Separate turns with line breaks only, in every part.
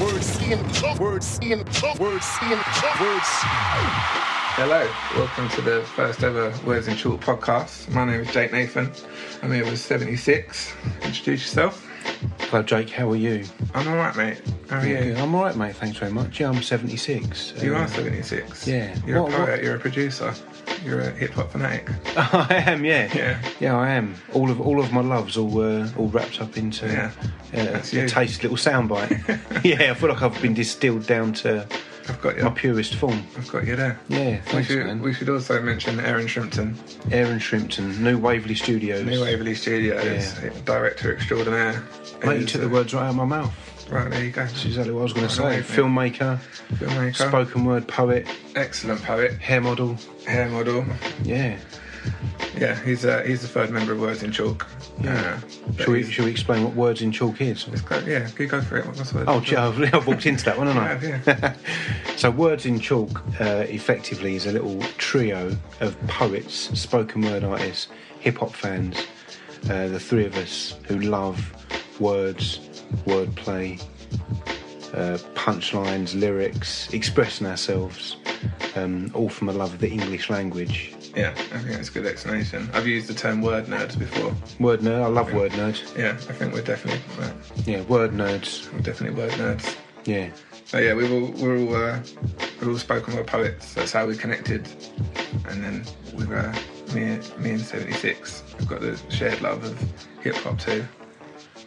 Words in words in words in words.
Hello, welcome to the first ever Words in Short podcast. My name is Jake Nathan. I'm here with 76. Introduce yourself.
Hello, Jake. How are you?
I'm alright, mate. How are you?
I'm all right, mate. Thanks very much. Yeah, I'm 76.
You
Uh,
are 76.
yeah.
You're
What-
a poet,
what-
you're a producer, you're a hip hop fanatic.
I am. Yeah.
Yeah.
Yeah, I am. All of all of my loves, all uh, all wrapped up into
Yeah.
uh,
That's
a
you.
tasty little soundbite. yeah, I feel like I've been distilled down to
I've got
my
you.
purest form.
I've got you there.
Yeah,
We
thanks,
should,
man.
we should also mention Aaron Shrimpton,
Aaron Shrimpton, New Waverley Studios.
New Waverley Studios,
Yeah.
director extraordinaire.
Mate, you
He's,
took the
uh,
words right out of my mouth.
Right, there you go.
That's exactly what I was going to say.
away, mate.
Filmmaker,
Filmmaker.
spoken word poet,
Excellent poet,
hair model.
hair model.
Yeah.
Yeah, he's uh, he's the third member of Words in Chalk.
Yeah.
Uh, but
Shall we,
he's-
shall we explain what words in chalk is?
it's quite- yeah, you go for it. What's Words
Oh,
in
gee,
Chalk?
I've, I've walked into that one, haven't
You have,
I? so, Words in Chalk uh, effectively is a little trio of poets, spoken word artists, hip hop fans, uh, the three of us who love words, wordplay, uh, punchlines, lyrics, expressing ourselves, um, all from a love of the English language.
Yeah, I think that's a good explanation. I've used the term word nerds before.
Word nerd, I love word nerd.
Yeah, I think we're definitely well,
Yeah, word nerds.
we're definitely word nerds.
Yeah.
But yeah, we were we're all uh, we're all spoken word poets. That's how we connected. And then we were me me and seventy six. We've got the shared love of hip hop too.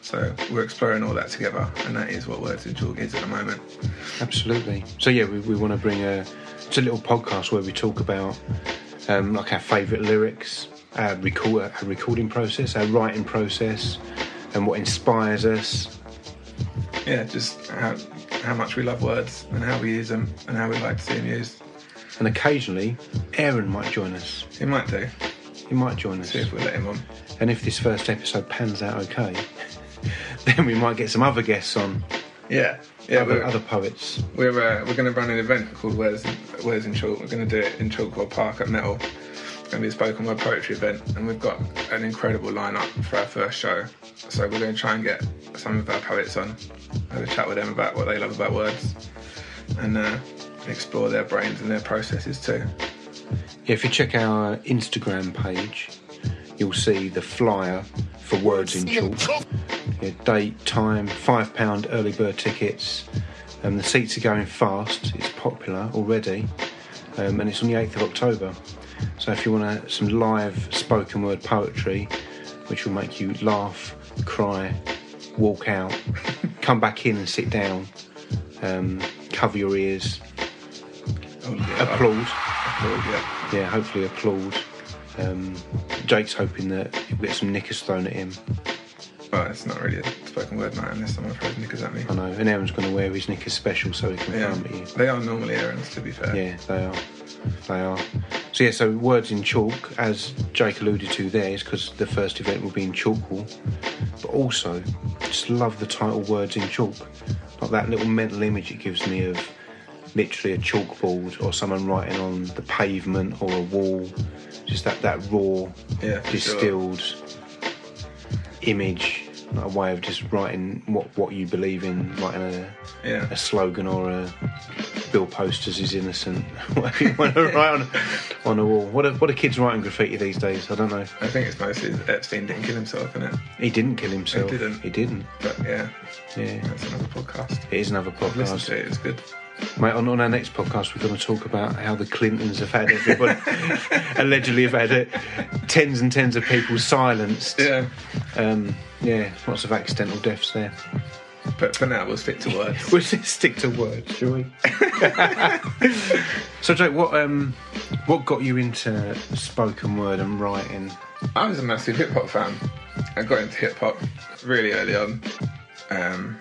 So we're exploring all that together, and that is what Words in Chalk is at the moment.
Absolutely. So yeah, we, we want to bring a it's a little podcast where we talk about um, like our favourite lyrics, our, record, our recording process, our writing process, and what inspires us.
Yeah, just how how much we love words and how we use them and how we like to see them used.
And occasionally, Aaron might join us.
He might do.
He might join us.
See if we let him on.
And if this first episode pans out okay, then we might get some other guests on,
Yeah, yeah.
other,
We're,
other poets.
we're, uh, we're going to run an event called Words in, Words in Chalk. We're going to do it in Chalkwell Park at Metal. It's going to be a spoken word poetry event, and we've got an incredible lineup for our first show. So we're going to try and get some of our poets on, have a chat with them about what they love about words, and uh, explore their brains and their processes too.
Yeah, if you check our Instagram page, you'll see the flyer for Words in Chalk. Yeah, date, time, five pound early bird tickets. Um, the seats are going fast. It's popular already, um, and it's on the eighth of October. So if you want to, some live spoken word poetry, which will make you laugh, cry, walk out, come back in and sit down, um, cover your ears,
Oh, yeah,
applaud.
Applaud, yeah.
Yeah, hopefully applaud. Um, Jake's hoping that he'll get some knickers thrown at him.
Well, it's not really a spoken word night unless someone throws knickers at me.
I know, and Aaron's going to wear his knickers special so he can
Yeah,
come at you.
they are normally errands to be fair.
Yeah, they are. They are. So yeah, so words in chalk, as Jake alluded to there, is because the first event will be in Chalkwall. But also, just love the title "Words in Chalk." Like that little mental image it gives me of literally a chalkboard or someone writing on the pavement or a wall. Just that that raw,
Yeah, for sure.
distilled image, like a way of just writing what what you believe in, writing a
Yeah.
a slogan or a Bill Posters is innocent. Whatever you want to write on, on a wall. What are, what are kids writing graffiti these days? I don't know.
I think it's mostly that Epstein didn't kill himself in it.
He didn't kill himself.
He didn't.
He didn't.
But yeah,
Yeah.
that's another podcast.
It is another
Listen
podcast.
to it, it's good.
Mate, on, on our next podcast, we're going to talk about how the Clintons have had everybody, allegedly have had it, tens and tens of people silenced.
Yeah.
Um, yeah, lots of accidental deaths there.
But for now, we'll stick to words.
We'll just stick to words, shall we? so, Jake, what um, what got you into spoken word and writing?
I was a massive hip hop fan. I got into hip hop really early on. Um,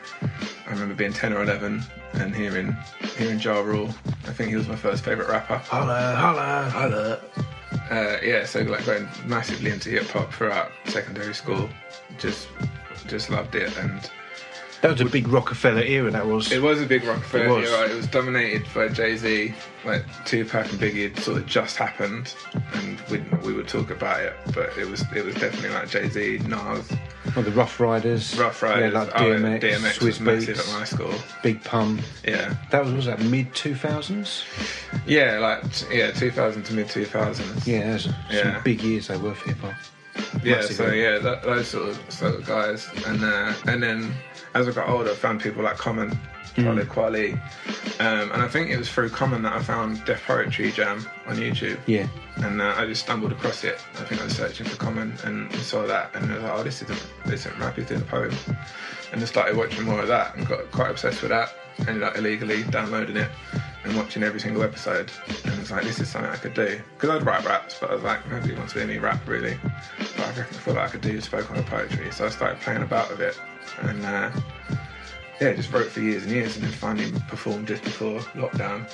I remember being 10 or 11 and hearing hearing Ja Rule. I think he was my first favourite rapper.
Holla, holla, holla.
uh, yeah, so like going massively into hip hop throughout secondary school, just just loved it, and
That was a big Rockefeller era. That was.
It was a big Rockefeller.
It was.
You're right. It was dominated by Jay Z, like Tupac and Biggie had sort of just happened, and we we would talk about it. But it was it was definitely like Jay Z, Nas,
Well, the Rough Riders.
Rough Riders,
Yeah, like
oh,
DMX,
DMX
Swiss
was massive
Beats,
at my school.
Big Pun.
Yeah,
That was, what was that mid 2000s?
yeah, like t- yeah, 2000 to mid 2000s.
Yeah, those are
Yeah.
some big years they were for hip hop.
yeah,
massive,
so
yeah.
yeah, that, those sort of sort of guys, and uh, and then as I got older, I found people like Common, Khalid Kweli, um, and I think it was through Common that I found Deaf Poetry Jam on YouTube.
Yeah.
and uh, I just stumbled across it. I think I was searching for Common and saw that, and I was like, oh, this isn't this isn't rap, it's a poem, and I started watching more of that and got quite obsessed with that. Ended up illegally downloading it and watching every single episode, and it's like, this is something I could do because I'd write raps, but I was like, nobody wants to hear me rap really. But I reckon I feel like I could do spoken word poetry, so I started playing about with it, and. Uh, yeah, just wrote for years and years, and then finally performed just before lockdown,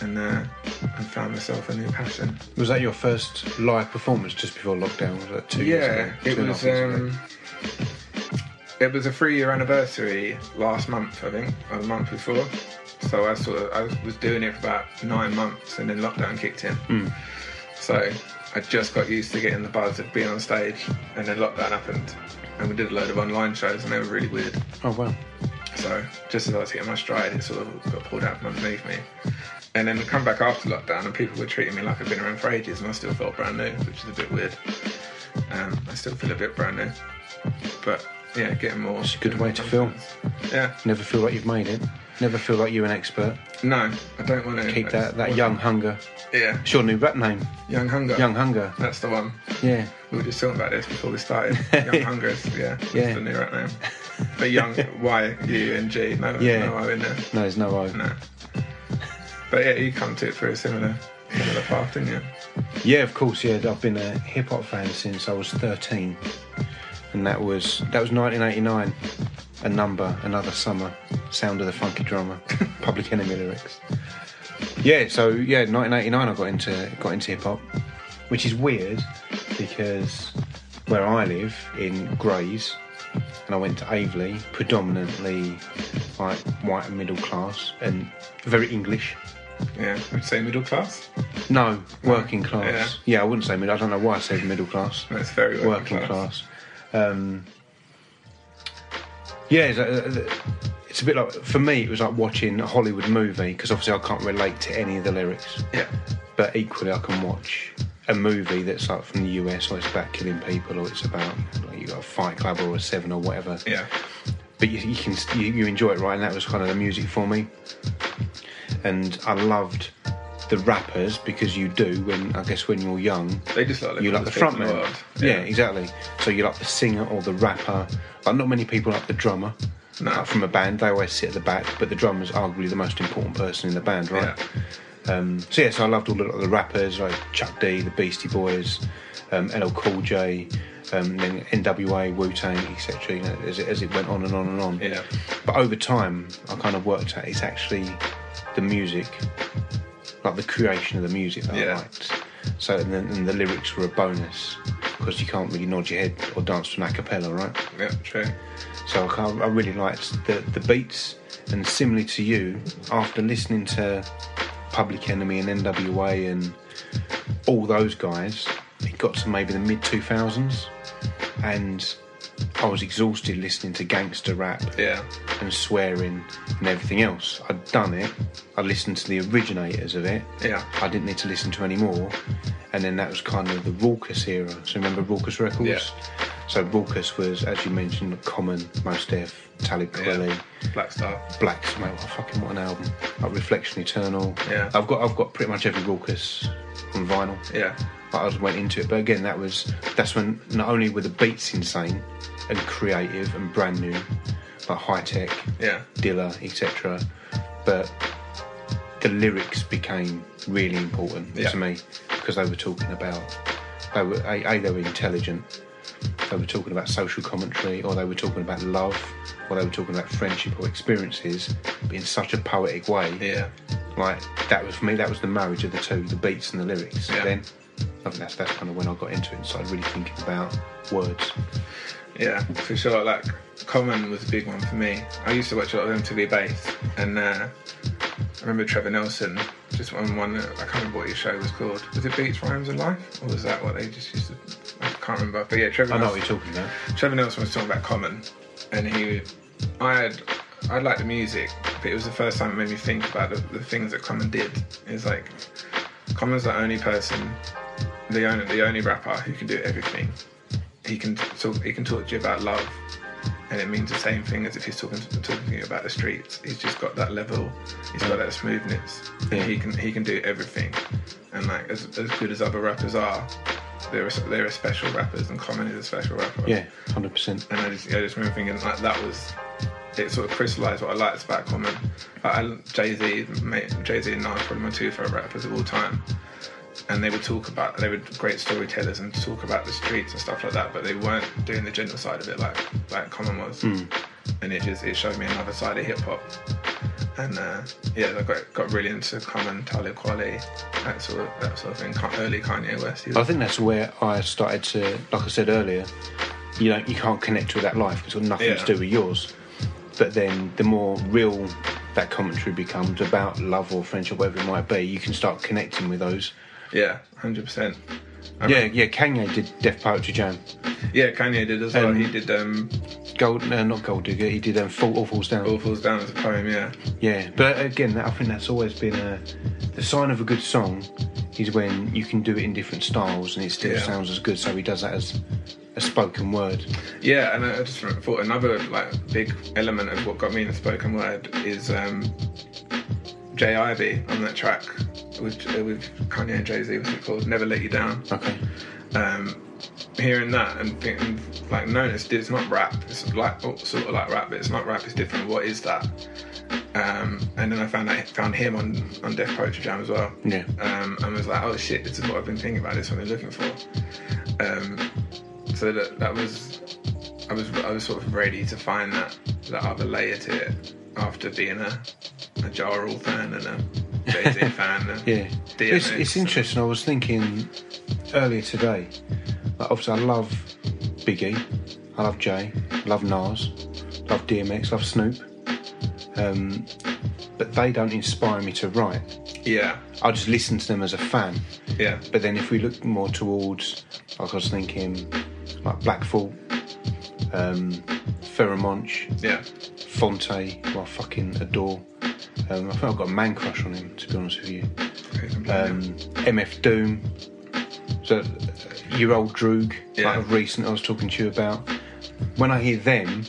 and uh, and found myself a new passion.
Was that your first live performance just before lockdown? Was that two years ago?
Yeah,
Two
it
and a
was.
half years ago?
Um, it was a three-year anniversary last month, I think, or the month before. So I sort of I was doing it for about nine months, and then lockdown kicked in.
Hmm.
So I just got used to getting the buzz of being on stage, and then lockdown happened, and we did a load of online shows, and they were really weird.
Oh, wow.
So just as I was hitting my stride, it sort of got pulled out from underneath me. And then come back after lockdown, and people were treating me like I'd been around for ages, and I still felt brand new, which is a bit weird. Um, I still feel a bit brand new, but yeah, getting more.
It's a good way to feel.
Yeah,
Never feel like you've made it. Never feel like you're an expert.
no, I don't want to
Keep that, that young hunger.
Yeah,
It's your new rap name,
young hunger.
Young Hunger.
That's the one.
Yeah.
We were just talking about this before we started. Young hunger is yeah, that's
Yeah.
the new right name. But young Y U N G, no,
Yeah.
no O in there.
No, there's no I.
No. But yeah, you come to it through a similar similar path, didn't you?
Yeah, of course. Yeah, I've been a hip hop fan since I was 13, and that was that was 1989. A number, another summer, sound of the funky drummer, Public Enemy lyrics. Yeah, so yeah, 1989 I got into got into hip hop, which is weird because where I live in Grays, and I went to Avely, predominantly like white and middle class and very English.
Yeah. Would you say middle class?
No, working class. Yeah, I wouldn't say middle. I don't know why I said middle class.
No, it's very working,
working
class.
class. Um, yeah, it's, uh, it's a bit like for me. It was like watching a Hollywood movie because obviously I can't relate to any of the lyrics,
Yeah.
but equally I can watch a movie that's like from the US or it's about killing people or it's about like, you got a Fight Club or a Seven or whatever
Yeah.
but you, you can you, you enjoy it right and that was kind of the music for me and i loved the rappers because you do when i guess when you're young
They just like
you like the front man
world.
yeah. exactly so you like the singer or the rapper like not many people like the drummer
No.
Like, from a band they always sit at the back but the drummer's arguably the most important person in the band right
Yeah.
um, so yeah, so I loved all the, the rappers like Chuck D, the Beastie Boys, um, LL Cool J, um, then NWA, Wu Tang, etc. You know, as it, as it went on and on and on.
Yeah.
But over time, I kind of worked out it's actually the music, like the creation of the music that
Yeah.
I liked. So and then and the lyrics were a bonus because you can't really nod your head or dance to an a cappella, right?
Yeah, true.
So I, can't- I really liked the, the beats, and similarly to you, after listening to Public Enemy and NWA and all those guys, it got to maybe the mid 2000s, and I was exhausted listening to gangster rap
Yeah.
and swearing and everything else. I'd done it, I listened to the originators of it,
Yeah.
I didn't need to listen to any more. And then that was kind of the Raucous era. So remember Raucous Records?
Yeah.
So Raucous was, as you mentioned, Common, Most Def, Talib
Yeah.
Kweli,
Black Star.
Black Smoke. What fucking what an album! Like Reflection Eternal.
Yeah.
I've got I've got pretty much every Raucous on vinyl.
Yeah.
Like, I just went into it, but again, that was that's when not only were the beats insane and creative and brand new, like high tech,
Yeah.
Dilla, etc. But the lyrics became really important
Yeah.
to me because they were talking about they were a, a they were intelligent. They were talking about social commentary, or they were talking about love, or they were talking about friendship or experiences, but in such a poetic way.
Yeah.
Like that was for me. That was the marriage of the two, the beats and the lyrics.
Yeah.
Then I think that's that's kind of when I got into it and started really thinking about words.
Yeah, for sure. Like Common was a big one for me. I used to watch a lot of MTV Base, and uh, I remember Trevor Nelson just on one. I can't remember what his show was called. Was it Beats, Rhymes, and Life, or was that what they just used to? I can't remember. But yeah, Trevor.
I know
Nelson,
what you're talking about.
Trevor Nelson was talking about Common, and he, I had, I liked the music, but it was the first time it made me think about the, the things that Common did. It's like, Common's the only person, the only the only rapper who can do everything. He can talk, he can talk to you about love, and it means the same thing as if he's talking to, talking to you about the streets. He's just got that level, he's got that smoothness, and
Yeah.
he can he can do everything. And like as, as good as other rappers are, there are there are special rappers, and Common is a special rapper
Yeah, hundred percent.
and I just, I just remember thinking like that was it sort of crystallised what I liked about Common. Like Jay Z, Jay Z and Nas are probably my two favorite rappers of all time, and they would talk about they were great storytellers and talk about the streets and stuff like that, but they weren't doing the general side of it like like Common was, and it just it showed me another side of hip hop. And uh, yeah, I got, got really into Common, Talib Kweli, that sort of that sort of thing. Ka- Early Kanye West. he was-
I think that's where I started to, like I said earlier, you know, you can't connect with that life because it's got nothing
Yeah.
to do with yours. But then the more real that commentary becomes about love or friendship, whatever it might be, you can start connecting with those.
yeah, hundred percent.
Yeah, yeah. Kanye did Deaf Poetry Jam.
Yeah, Kanye did as well.
Um,
he did um,
Gold, no, not Gold Digger. He did um, Fall All Falls Down.
All Falls Down as a poem, yeah.
Yeah, but again, I think that's always been a, the sign of a good song is when you can do it in different styles and it still
Yeah.
sounds as good. So he does that as a spoken word.
Yeah, and I I just thought another like big element of what got me in the spoken word is um, Jay Ivy on that track with, uh, with Kanye and Jay Z, what's it called? Never Let You Down.
Okay.
Um, hearing that and thinking, like, no, it's, it's not rap. It's like oh, sort of like rap, but it's not rap. It's different. What is that? Um, and then I found out, found him on on Deaf Poetry Jam as well.
Yeah.
um, and was like, oh shit, this is what I've been thinking about. This is what I've been looking for. Um, so that that was, I was I was sort of ready to find that that other layer to it after being a a Ja Rule fan and a Jay Z fan. And
Yeah. It's,
DMX.
it's interesting. I was thinking earlier today, like obviously, I love Biggie, I love Jay, I love Nas, love DMX, love Snoop. Um, but they don't inspire me to write.
Yeah,
I just listen to them as a fan.
yeah,
But then if we look more towards, like I was thinking, like Blackfall, um, Ferramonch,
yeah.
Fonte, who I fucking adore. Um, I think I've got a man crush on him, to be honest with you. Um, MF Doom, so uh, your old Droog,
Yeah.
like of recent, I was talking to you about. When I hear them,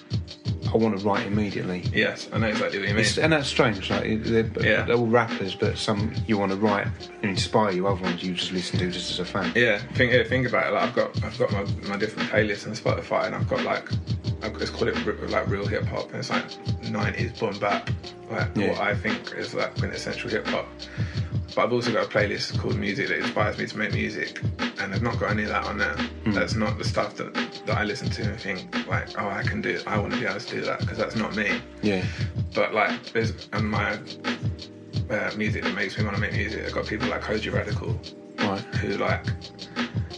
I want to write immediately.
yes, I know exactly what you mean.
It's, and that's strange. Like they're,
Yeah.
they're all rappers, but some you want to write and inspire you. Other ones you just listen to just as a fan.
Yeah, think yeah, think about it. Like I've got I've got my, my different playlists on Spotify, and I've got like I let's call it r- like real hip hop, and it's like nineties boom bap, like
Yeah.
what I think is like quintessential hip hop. But I've also got a playlist called Music that inspires me to make music, and I've not got any of that on there.
Hmm.
That's not the stuff that, that I listen to and think like, oh, I can do, I want to be able to do that because that's not me
Yeah.
but like there's and my uh, music that makes me want to make music. I've got people like Koji Radical,
Right.
who like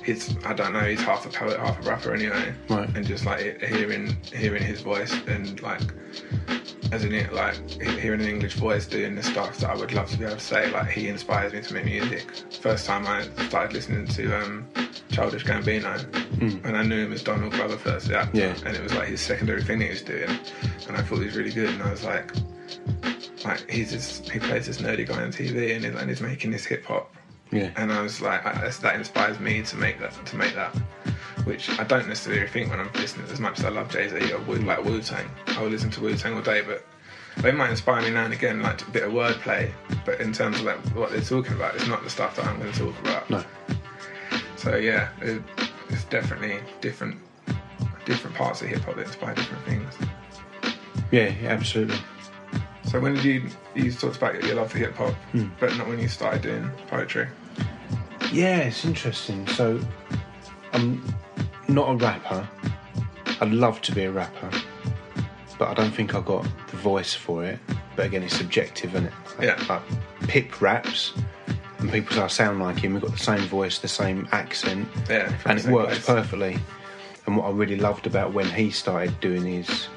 he's I don't know he's half a poet, half a rapper anyway,
Right.
and just like he- hearing hearing his voice and like as in it like he- hearing an English voice doing the stuff that I would love to be able to say. Like he inspires me to make music. First time I started listening to um, Childish Gambino, and I knew him as Donald Glover first, yeah,
Hmm. Yeah.
and it was like his secondary thing that he was doing, and I thought he was really good, and I was like like he's this, he plays this nerdy guy on TV and, he's and he's making this hip hop,
Yeah.
and I was like, I, that's- that inspires me to make that to make that, which I don't necessarily think when I'm listening as much as I love Jay Z or Wu, like Wu Tang. I will listen to Wu Tang all day, but they might inspire me now and again, like a bit of wordplay. But in terms of like what they're talking about, it's not the stuff that I'm going to talk about.
No.
So yeah, it, it's definitely different. Different parts of hip hop that inspire different things.
Yeah. Absolutely.
So when did you you talked about your love for hip hop,
Hmm.
but not when you started doing poetry?
Yeah, it's interesting. So, I'm not a rapper. I'd love to be a rapper, but I don't think I got the voice for it. But again, it's subjective, isn't it? Like,
Yeah.
like Pip raps, and people say I sound like him. We've got the same voice, the same accent,
Yeah, from
and
the
it
same
works
place.
perfectly. And what I really loved about when he started doing his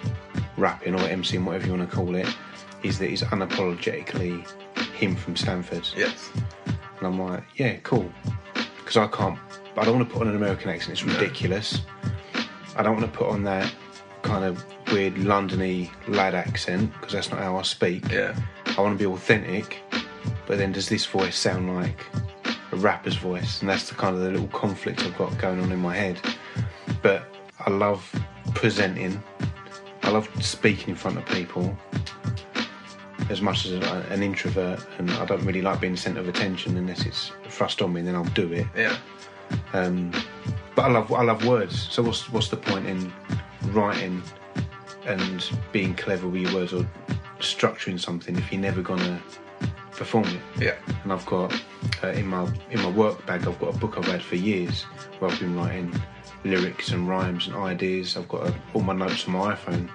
rapping or emceeing, whatever you want to call it, is that he's unapologetically him from Stanford.
Yes.
And I'm like, yeah, cool. Because I can't, I don't want to put on an American accent, it's ridiculous. I don't want to put on that kind of weird Londony lad accent because that's not how I speak.
Yeah.
I want to be authentic, but then does this voice sound like a rapper's voice? And that's the kind of the little conflict I've got going on in my head. But I love presenting, I love speaking in front of people. As much as I- an introvert, and I don't really like being the centre of attention unless it's thrust on me, then I'll do it.
Yeah.
Um, but I love I love words. So what's what's the point in writing and being clever with your words or structuring something if you're never gonna perform it?
Yeah.
And I've got uh, in my in my work bag I've got a book I've had for years where I've been writing lyrics and rhymes and ideas. I've got uh all my notes on my iPhone.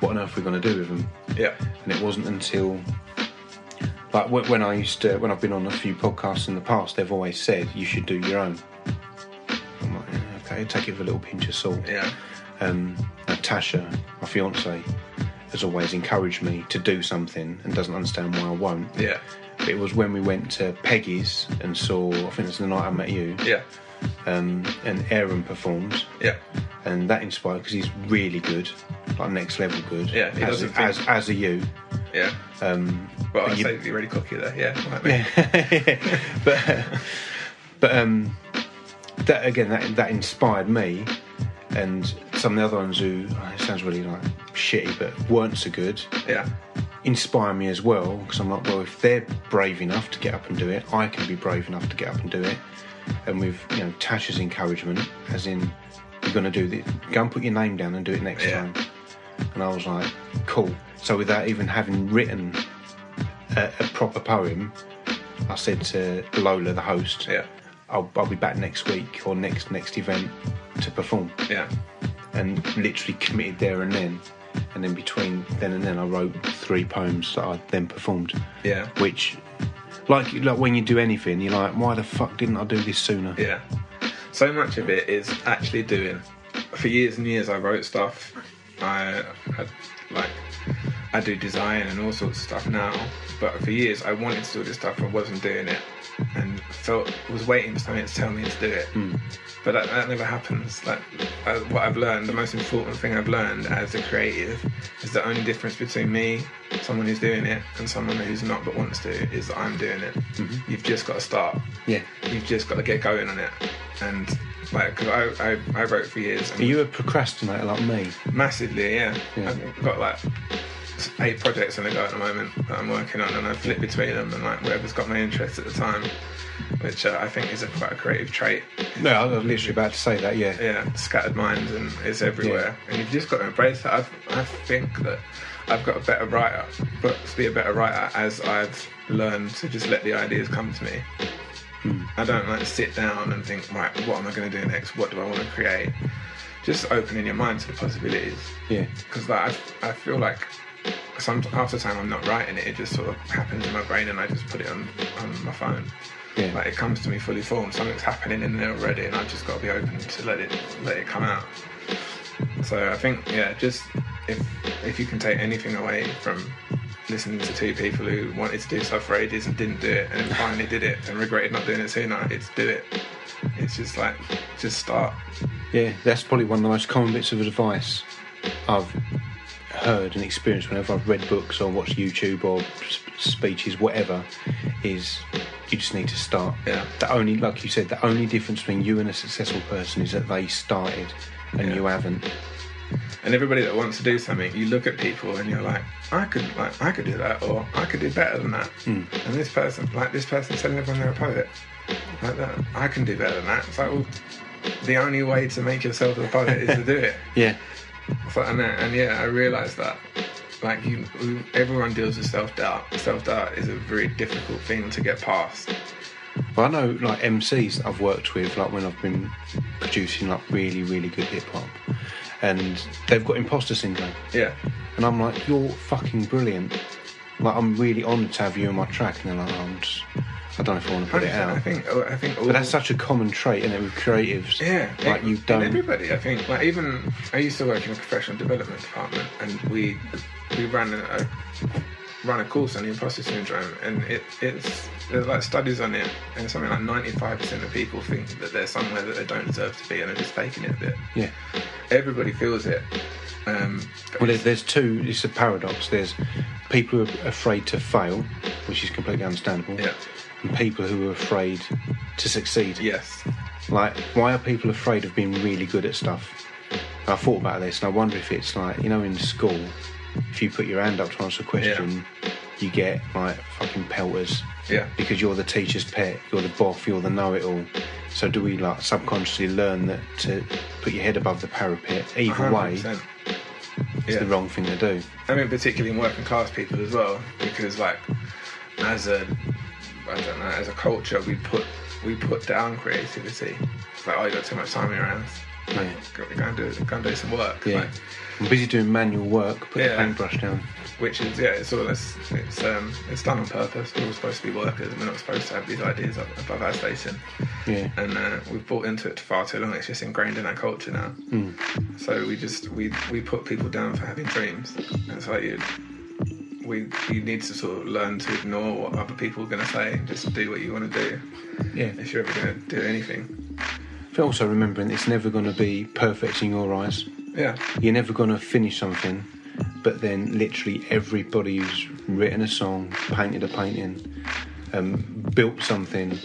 What on earth are we gonna do with them?
Yeah.
and it wasn't until like wh- when I used to when I've been on a few podcasts in the past, they've always said you should do your own. I'm like, "Yeah, okay, take it with a little pinch of salt.
Yeah.
Um, Natasha, my fiance, has always encouraged me to do something and doesn't understand why I won't.
Yeah.
But it was when we went to Peggy's and saw I think it's the night I met you,
Yeah.
um, and Aaron performed
Yeah.
and that inspired because he's really good, like next level good.
Yeah, he
as,
doesn't think-
as as are you.
Yeah.
Um,
Well, I'd
you-
say you really cocky there. Yeah. Right, mate.
Yeah. but but um, that again that that inspired me, and some of the other ones who oh, it sounds really like shitty, but weren't so good,
Yeah.
inspire me as well because I'm like, well, if they're brave enough to get up and do it, I can be brave enough to get up and do it. And with you know Tasha's encouragement, as in you're going to do this, go and put your name down and do it next
Yeah.
time. And I was like, cool. So without even having written a, a proper poem, I said to Lola, the host,
Yeah.
I'll, I'll be back next week or next next event to perform
Yeah.
and literally committed there and then. And then between then and then, I wrote three poems that I then performed.
Yeah.
Which, like, like when you do anything, you're like, why the fuck didn't I do this sooner?
Yeah. So much of it is actually doing. For years and years, I wrote stuff. I, I like, I do design and all sorts of stuff now. But for years, I wanted to do this stuff and wasn't doing it, and felt was waiting for something to tell me to do it. But that, that never happens. Like, I, what I've learned, the most important thing I've learned as a creative, is the only difference between me, someone who's doing it, and someone who's not but wants to, is that I'm doing it. You've just got to start
Yeah.
you've just got to get going on it. And like, 'cause I, I, I wrote for years. And
Are you a procrastinator like me?
Massively, yeah.
Yeah.
I've got like eight projects on the go at the moment that I'm working on, and I flip between them and like whatever's got my interest at the time, which uh, I think is a quite a creative trait.
No, I was literally about to say that. Yeah.
Yeah, scattered mind and it's everywhere, and you've just got to embrace that. I've, I think that I've got a better writer, but to be a better writer as I've learned to just let the ideas come to me. I don't like sit down and think, right, what am I going to do next? What do I want to create? Just opening your mind to the possibilities.
Yeah.
Because like, I, I feel like some, half the time I'm not writing it, it just sort of happens in my brain and I just put it on, on my phone.
Yeah.
Like it comes to me fully formed, something's happening in there already, and I've just got to be open to let it let it come out. So I think yeah, just if if you can take anything away from listening to two people who wanted to do stuff for ages and didn't do it, and then finally did it and regretted not doing it sooner, it's do it. It's just like just start.
Yeah, that's probably one of the most common bits of advice I've heard and experienced whenever I've read books or watched YouTube or sp- speeches, whatever, is you just need to start.
Yeah.
The only, like you said, the only difference between you and a successful person is that they started and
Yeah.
you haven't.
And everybody that wants to do something, you look at people and you're like, I could like I could do that, or I could do better than that.
Hmm.
And this person, like this person, telling everyone they're a poet, like that, I can do better than that. It's like, well, the only way to make yourself a poet is to do it.
Yeah.
So, and, that- and yeah, I realised that. Like you, everyone deals with self doubt. Self doubt is a very difficult thing to get past.
But I know, like MCs that I've worked with, like when I've been producing like really, really good hip hop, and they've got imposter syndrome.
Yeah,
And I'm like, you're fucking brilliant. Like I'm really honoured to have you in my track, and then like, "Oh, I'm just, I don't know if I want to put it
I
out.
think I think all
But that's such a common trait, and it with creatives.
Yeah,
like
it-
you
in
don't.
Everybody, I think. Like even I used to work in a professional development department, and we we ran a ran a course on the imposter syndrome, and it it's there's like studies on it, and something like ninety five percent of people think that they're somewhere that they don't deserve to be, and they're just faking it a bit.
Yeah.
Everybody feels it. Um,
Well, there's, there's two. It's a paradox. There's people who are afraid to fail, which is completely understandable.
Yeah.
And people who are afraid to succeed.
yes,
Like, why are people afraid of being really good at stuff? I thought about this and I wonder if it's like, you know, in school, if you put your hand up to answer a question, you get like fucking pelters
yeah,
because you're the teacher's pet, you're the boff, you're the know it all. So, do we like subconsciously learn that to put your head above the parapet, either way, it's
100%. Yeah.
the wrong thing to do?
I mean, particularly in working class people as well, because like as a I don't know, as a culture, we put we put down creativity. It's like, oh, you got too much time on your hands.
Yeah.
Go, go and do go and do some work.
Yeah.
Like,
I'm busy doing manual work, put the
Yeah.
paintbrush down.
which is yeah, it's all it's it's um it's done on purpose. We're all supposed to be workers. and We're not supposed to have these ideas up above our station.
Yeah.
And uh, we've bought into it far too long. It's just ingrained in our culture now.
Mm.
So we just we we put people down for having dreams. It's like you we you need to sort of learn to ignore what other people are going to say and just do what you want to do
Yeah.
if you're ever going to do anything.
But also remembering it's never going to be perfect in your eyes.
Yeah,
You're never going to finish something, but then literally everybody who's written a song, painted a painting, um, built something,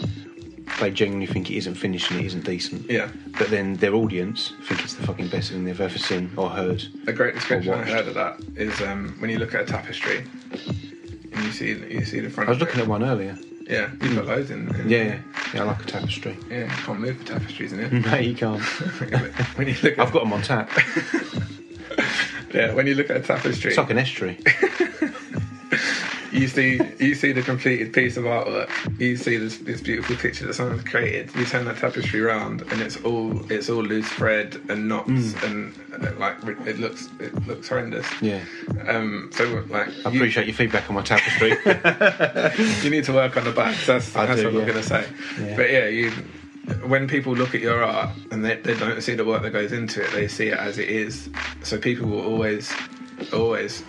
they genuinely think it isn't finished and it isn't decent.
yeah.
But then their audience think it's the fucking best thing they've ever seen or heard.
A great description I
watched.
heard of that is um, when you look at a tapestry and you see you see the front.
I was looking at one earlier.
yeah, you've got loads in. in
Yeah, yeah, yeah I like a tapestry.
yeah. You can't move the tapestries in it.
No, you can't.
when you look at,
Hmm. I've got them on tap.
yeah, when you look at a tapestry,
It's like an estuary.
you see you see the completed piece of artwork you see this, this beautiful picture that someone's created you turn that tapestry round and it's all it's all loose thread and knots and uh, like it looks it looks horrendous
Hmm. Yeah.
um so like
I
you,
appreciate your feedback on my tapestry.
you need to work on the backs that's,
I
that's
do,
what
yeah.
i'm gonna say
Yeah.
but yeah you when people look at your art and they, they don't see the work that goes into it they see it as it is so people will always always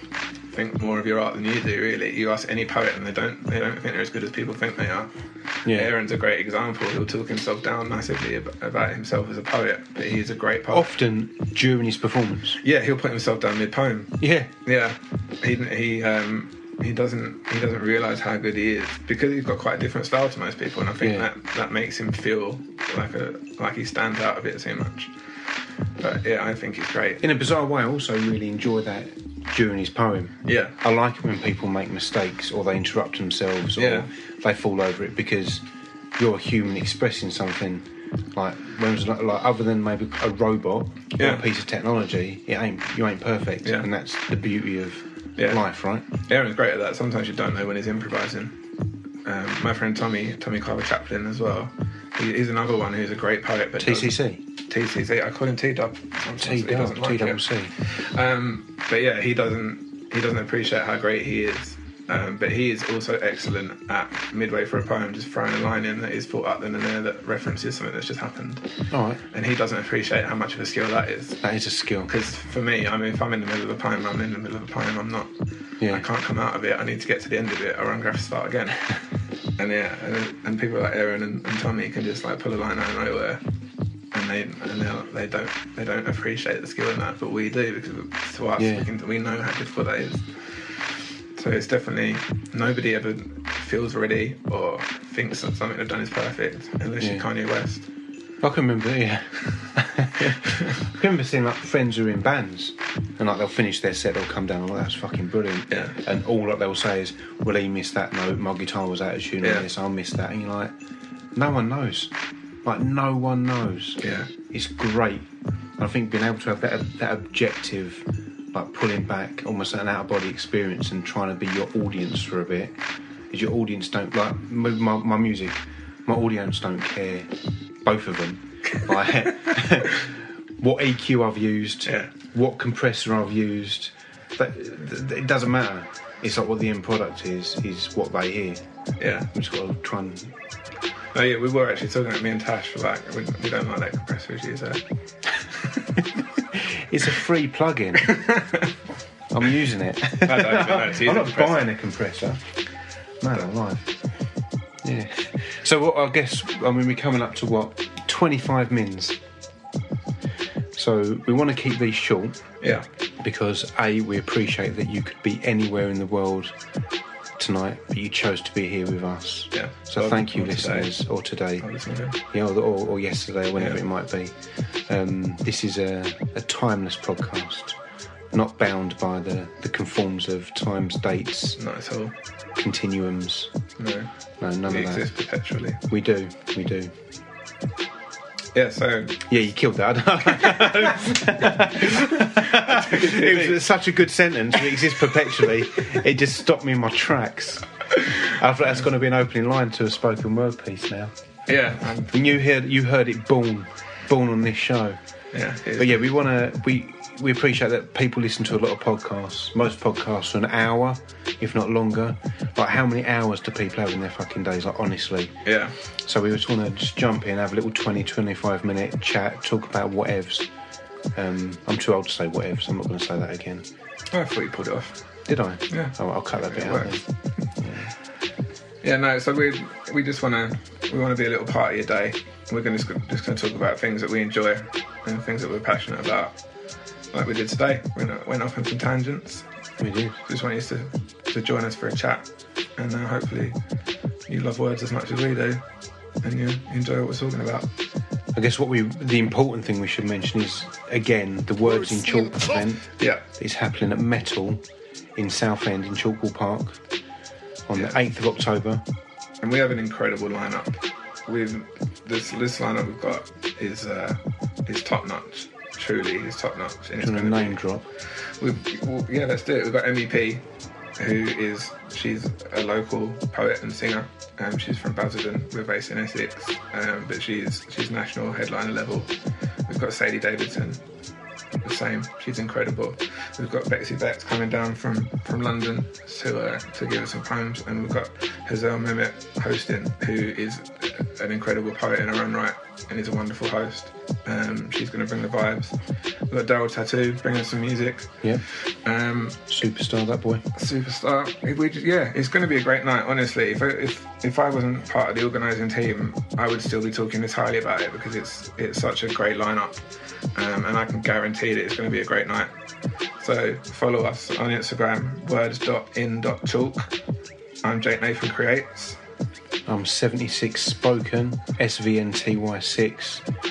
think more of your art than you do really you ask any poet and they don't they don't think they're as good as people think they are
yeah.
Aaron's a great example. He'll talk himself down massively ab- about himself as a poet, but he's a great poet.
Often during his performance.
Yeah, he'll put himself down mid poem.
Yeah.
Yeah, he he um he doesn't he doesn't realize how good he is because he's got quite a different style to most people, and I think
Yeah.
that that makes him feel like a like he stands out a bit too much. But yeah, I think he's great.
In a bizarre way, I also really enjoy that during his poem.
Yeah,
I like it when people make mistakes or they interrupt themselves or
Yeah.
they fall over it because you're a human expressing something. Like, when was, like, like other than maybe a robot
Yeah.
or a piece of technology, it ain't you ain't perfect,
Yeah.
and that's the beauty of
Yeah.
life, right?
Aaron's great at that. Sometimes you don't know when he's improvising. Um, my friend Tommy Tommy Carver Chaplin as well. He, he's another one who's a great poet, but doesn't-
TCC,
TCC. I call him T Dub.
T
He doesn't
double
like
T
it.
double C.
Um, but yeah, he doesn't. He doesn't appreciate how great he is. Um, but he is also excellent at midway through a poem, just throwing a line in that is brought up then and there that references something that's just happened,
All right,
and he doesn't appreciate how much of a skill that is.
that is a skill.
Because for me, I mean, if I'm in the middle of a poem, I'm in the middle of a poem. I'm not.
Yeah.
I can't come out of it. I need to get to the end of it, or I'm going to have to start again. and yeah, and, and people like Aaron and, and Tommy can just like pull a line out of nowhere, and they and they'll- they don't they don't appreciate the skill in that, but we do because to us
Yeah.
we, can, we know how difficult that is. So it's definitely nobody ever feels ready or thinks that something they've done is perfect unless
Yeah.
you're Kanye West.
I can remember, yeah. I can remember seeing like friends who are in bands, and like they'll finish their set, they'll come down, and like that's fucking brilliant.
Yeah.
And all that they'll say is, "Well, he missed that note. My guitar was out of tune
Yeah.
on this. I missed that." And you're like, no one knows. Like no one knows.
Yeah.
It's great. And I think being able to have that that objective, like pulling back, almost an out of body experience, and trying to be your audience for a bit, is your audience don't like my, my, my music. My audience don't care. Both of them. Like what EQ I've used,
Yeah.
what compressor I've used. That, th- th- it doesn't matter. It's like what the end product is is what they hear.
Yeah.
We just got to try and
Oh yeah, we were actually talking about me and Tash were like we, we don't like that compressor as you said.
It's a free plug-in. I'm using it.
I don't even know it's
I'm not
compressor.
buying a compressor. Man alive. Yeah. So what, I guess I mean we're coming up to what 25 mins. So we want to keep these short
Yeah.
because a we appreciate that you could be anywhere in the world tonight, but you chose to be here with us.
Yeah.
So
Or-
thank you,
or today.
listeners, or today
Or this morning.
you know, or, or yesterday, or whenever
Yeah.
it might be. Um, this is a, a timeless podcast, not bound by the, the conforms of times, dates,
Not at all.
continuums.
No.
No, none
We
of that.
exist perpetually.
We do, we do.
Yeah, so
Yeah, you killed that. it was such a good sentence. It exists perpetually. It just stopped me in my tracks. I thought that's going to be an opening line to a spoken word piece now.
yeah, um, and
And you heard, you heard it born, born on this show.
yeah, it is.
But yeah, we want to we we appreciate that people listen to a lot of podcasts. Most podcasts are an hour, if not longer. Like how many hours do people have in their fucking days? Like honestly,
yeah.
so we just want to just jump in, have a little 20, 25 minute chat, talk about whatevs. Um, I'm too old to say whatevs. I'm not going to say that again.
I thought you pulled it off.
Did I?
Yeah.
Oh, I'll cut that bit
It
out.
works.
Then.
Yeah, no. So we we just want to we want to be a little part of your day. We're going to just going to talk about things that we enjoy and things that we're passionate about, like we did today. We went- went off on some tangents.
We do.
Just want you to to join us for a chat, and uh, hopefully you love words as much as we do, and you enjoy what we're talking about.
I guess what we the important thing we should mention is again the words in chalk event.
Yeah,
It's happening at Metal in Southend in Chalkwell Park on the
Yeah.
8th of October.
and we have an incredible lineup. We've this this lineup we've got is uh, is top notch. Truly, is top notch. And it's
I'm going
gonna
to
be-
name drop.
We've, well, yeah, let's do it. We've got MEP, who is she's a local poet and singer. Um, she's from Basildon. We're based in Essex, um, but she's she's national headliner level. We've got Sadie Davidson, the same. She's incredible. We've got Betsy Betts coming down from from London to uh, to give us some poems, and we've got Hazel Mehmet hosting, who is an incredible poet in her own right and is a wonderful host. Um, she's going to bring the vibes. We've got Daryl Tattoo bringing us some music.
Yep.
Um,
Superstar, that boy.
superstar. If we, ju- yeah, it's going to be a great night. Honestly, if I, if if I wasn't part of the organising team, I would still be talking this highly about it because it's it's such a great lineup, um, and I can guarantee that it's going to be a great night. So follow us on Instagram words.in.chalk. I'm Jake Nathan Creates.
I'm 76 Spoken, SVNTY6.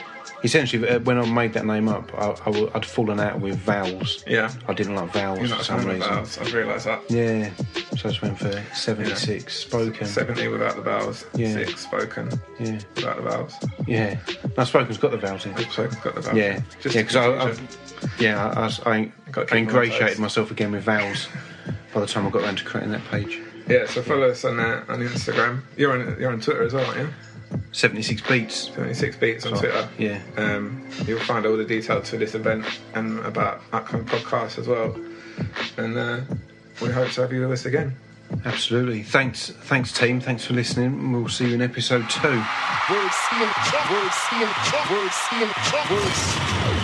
Essentially, uh, when I made that name up, I, I w- I'd fallen out with vowels.
Yeah,
I didn't like vowels
you're not
for
a
some
fan of
reason.
vowels. I've realised that.
Yeah, so I just went for 76 Spoken.
Seventy E without the vowels.
Yeah.
Six spoken
Yeah,
without the vowels.
yeah. No, Spoken's got the vowels in.
Spoken's got the vowels.
Yeah,
Just
yeah, because I, I,
confusion.
yeah, I, was- I,
Gotta keep
I
on
ingratiated
toes.
myself again with vowels by the time I got around to creating that page.
Yeah, so follow us on uh, on Instagram. You're on you're on Twitter as well, aren't you?
76 beats.
Seventy six beats on Twitter.
Yeah.
Um, you'll find all the details for this event and about upcoming podcasts as well. And uh, we hope to have you with us again.
Absolutely. Thanks, thanks, team. Thanks for listening. We'll see you in episode two.
Words, seeing, words, seeing, words, seeing, words.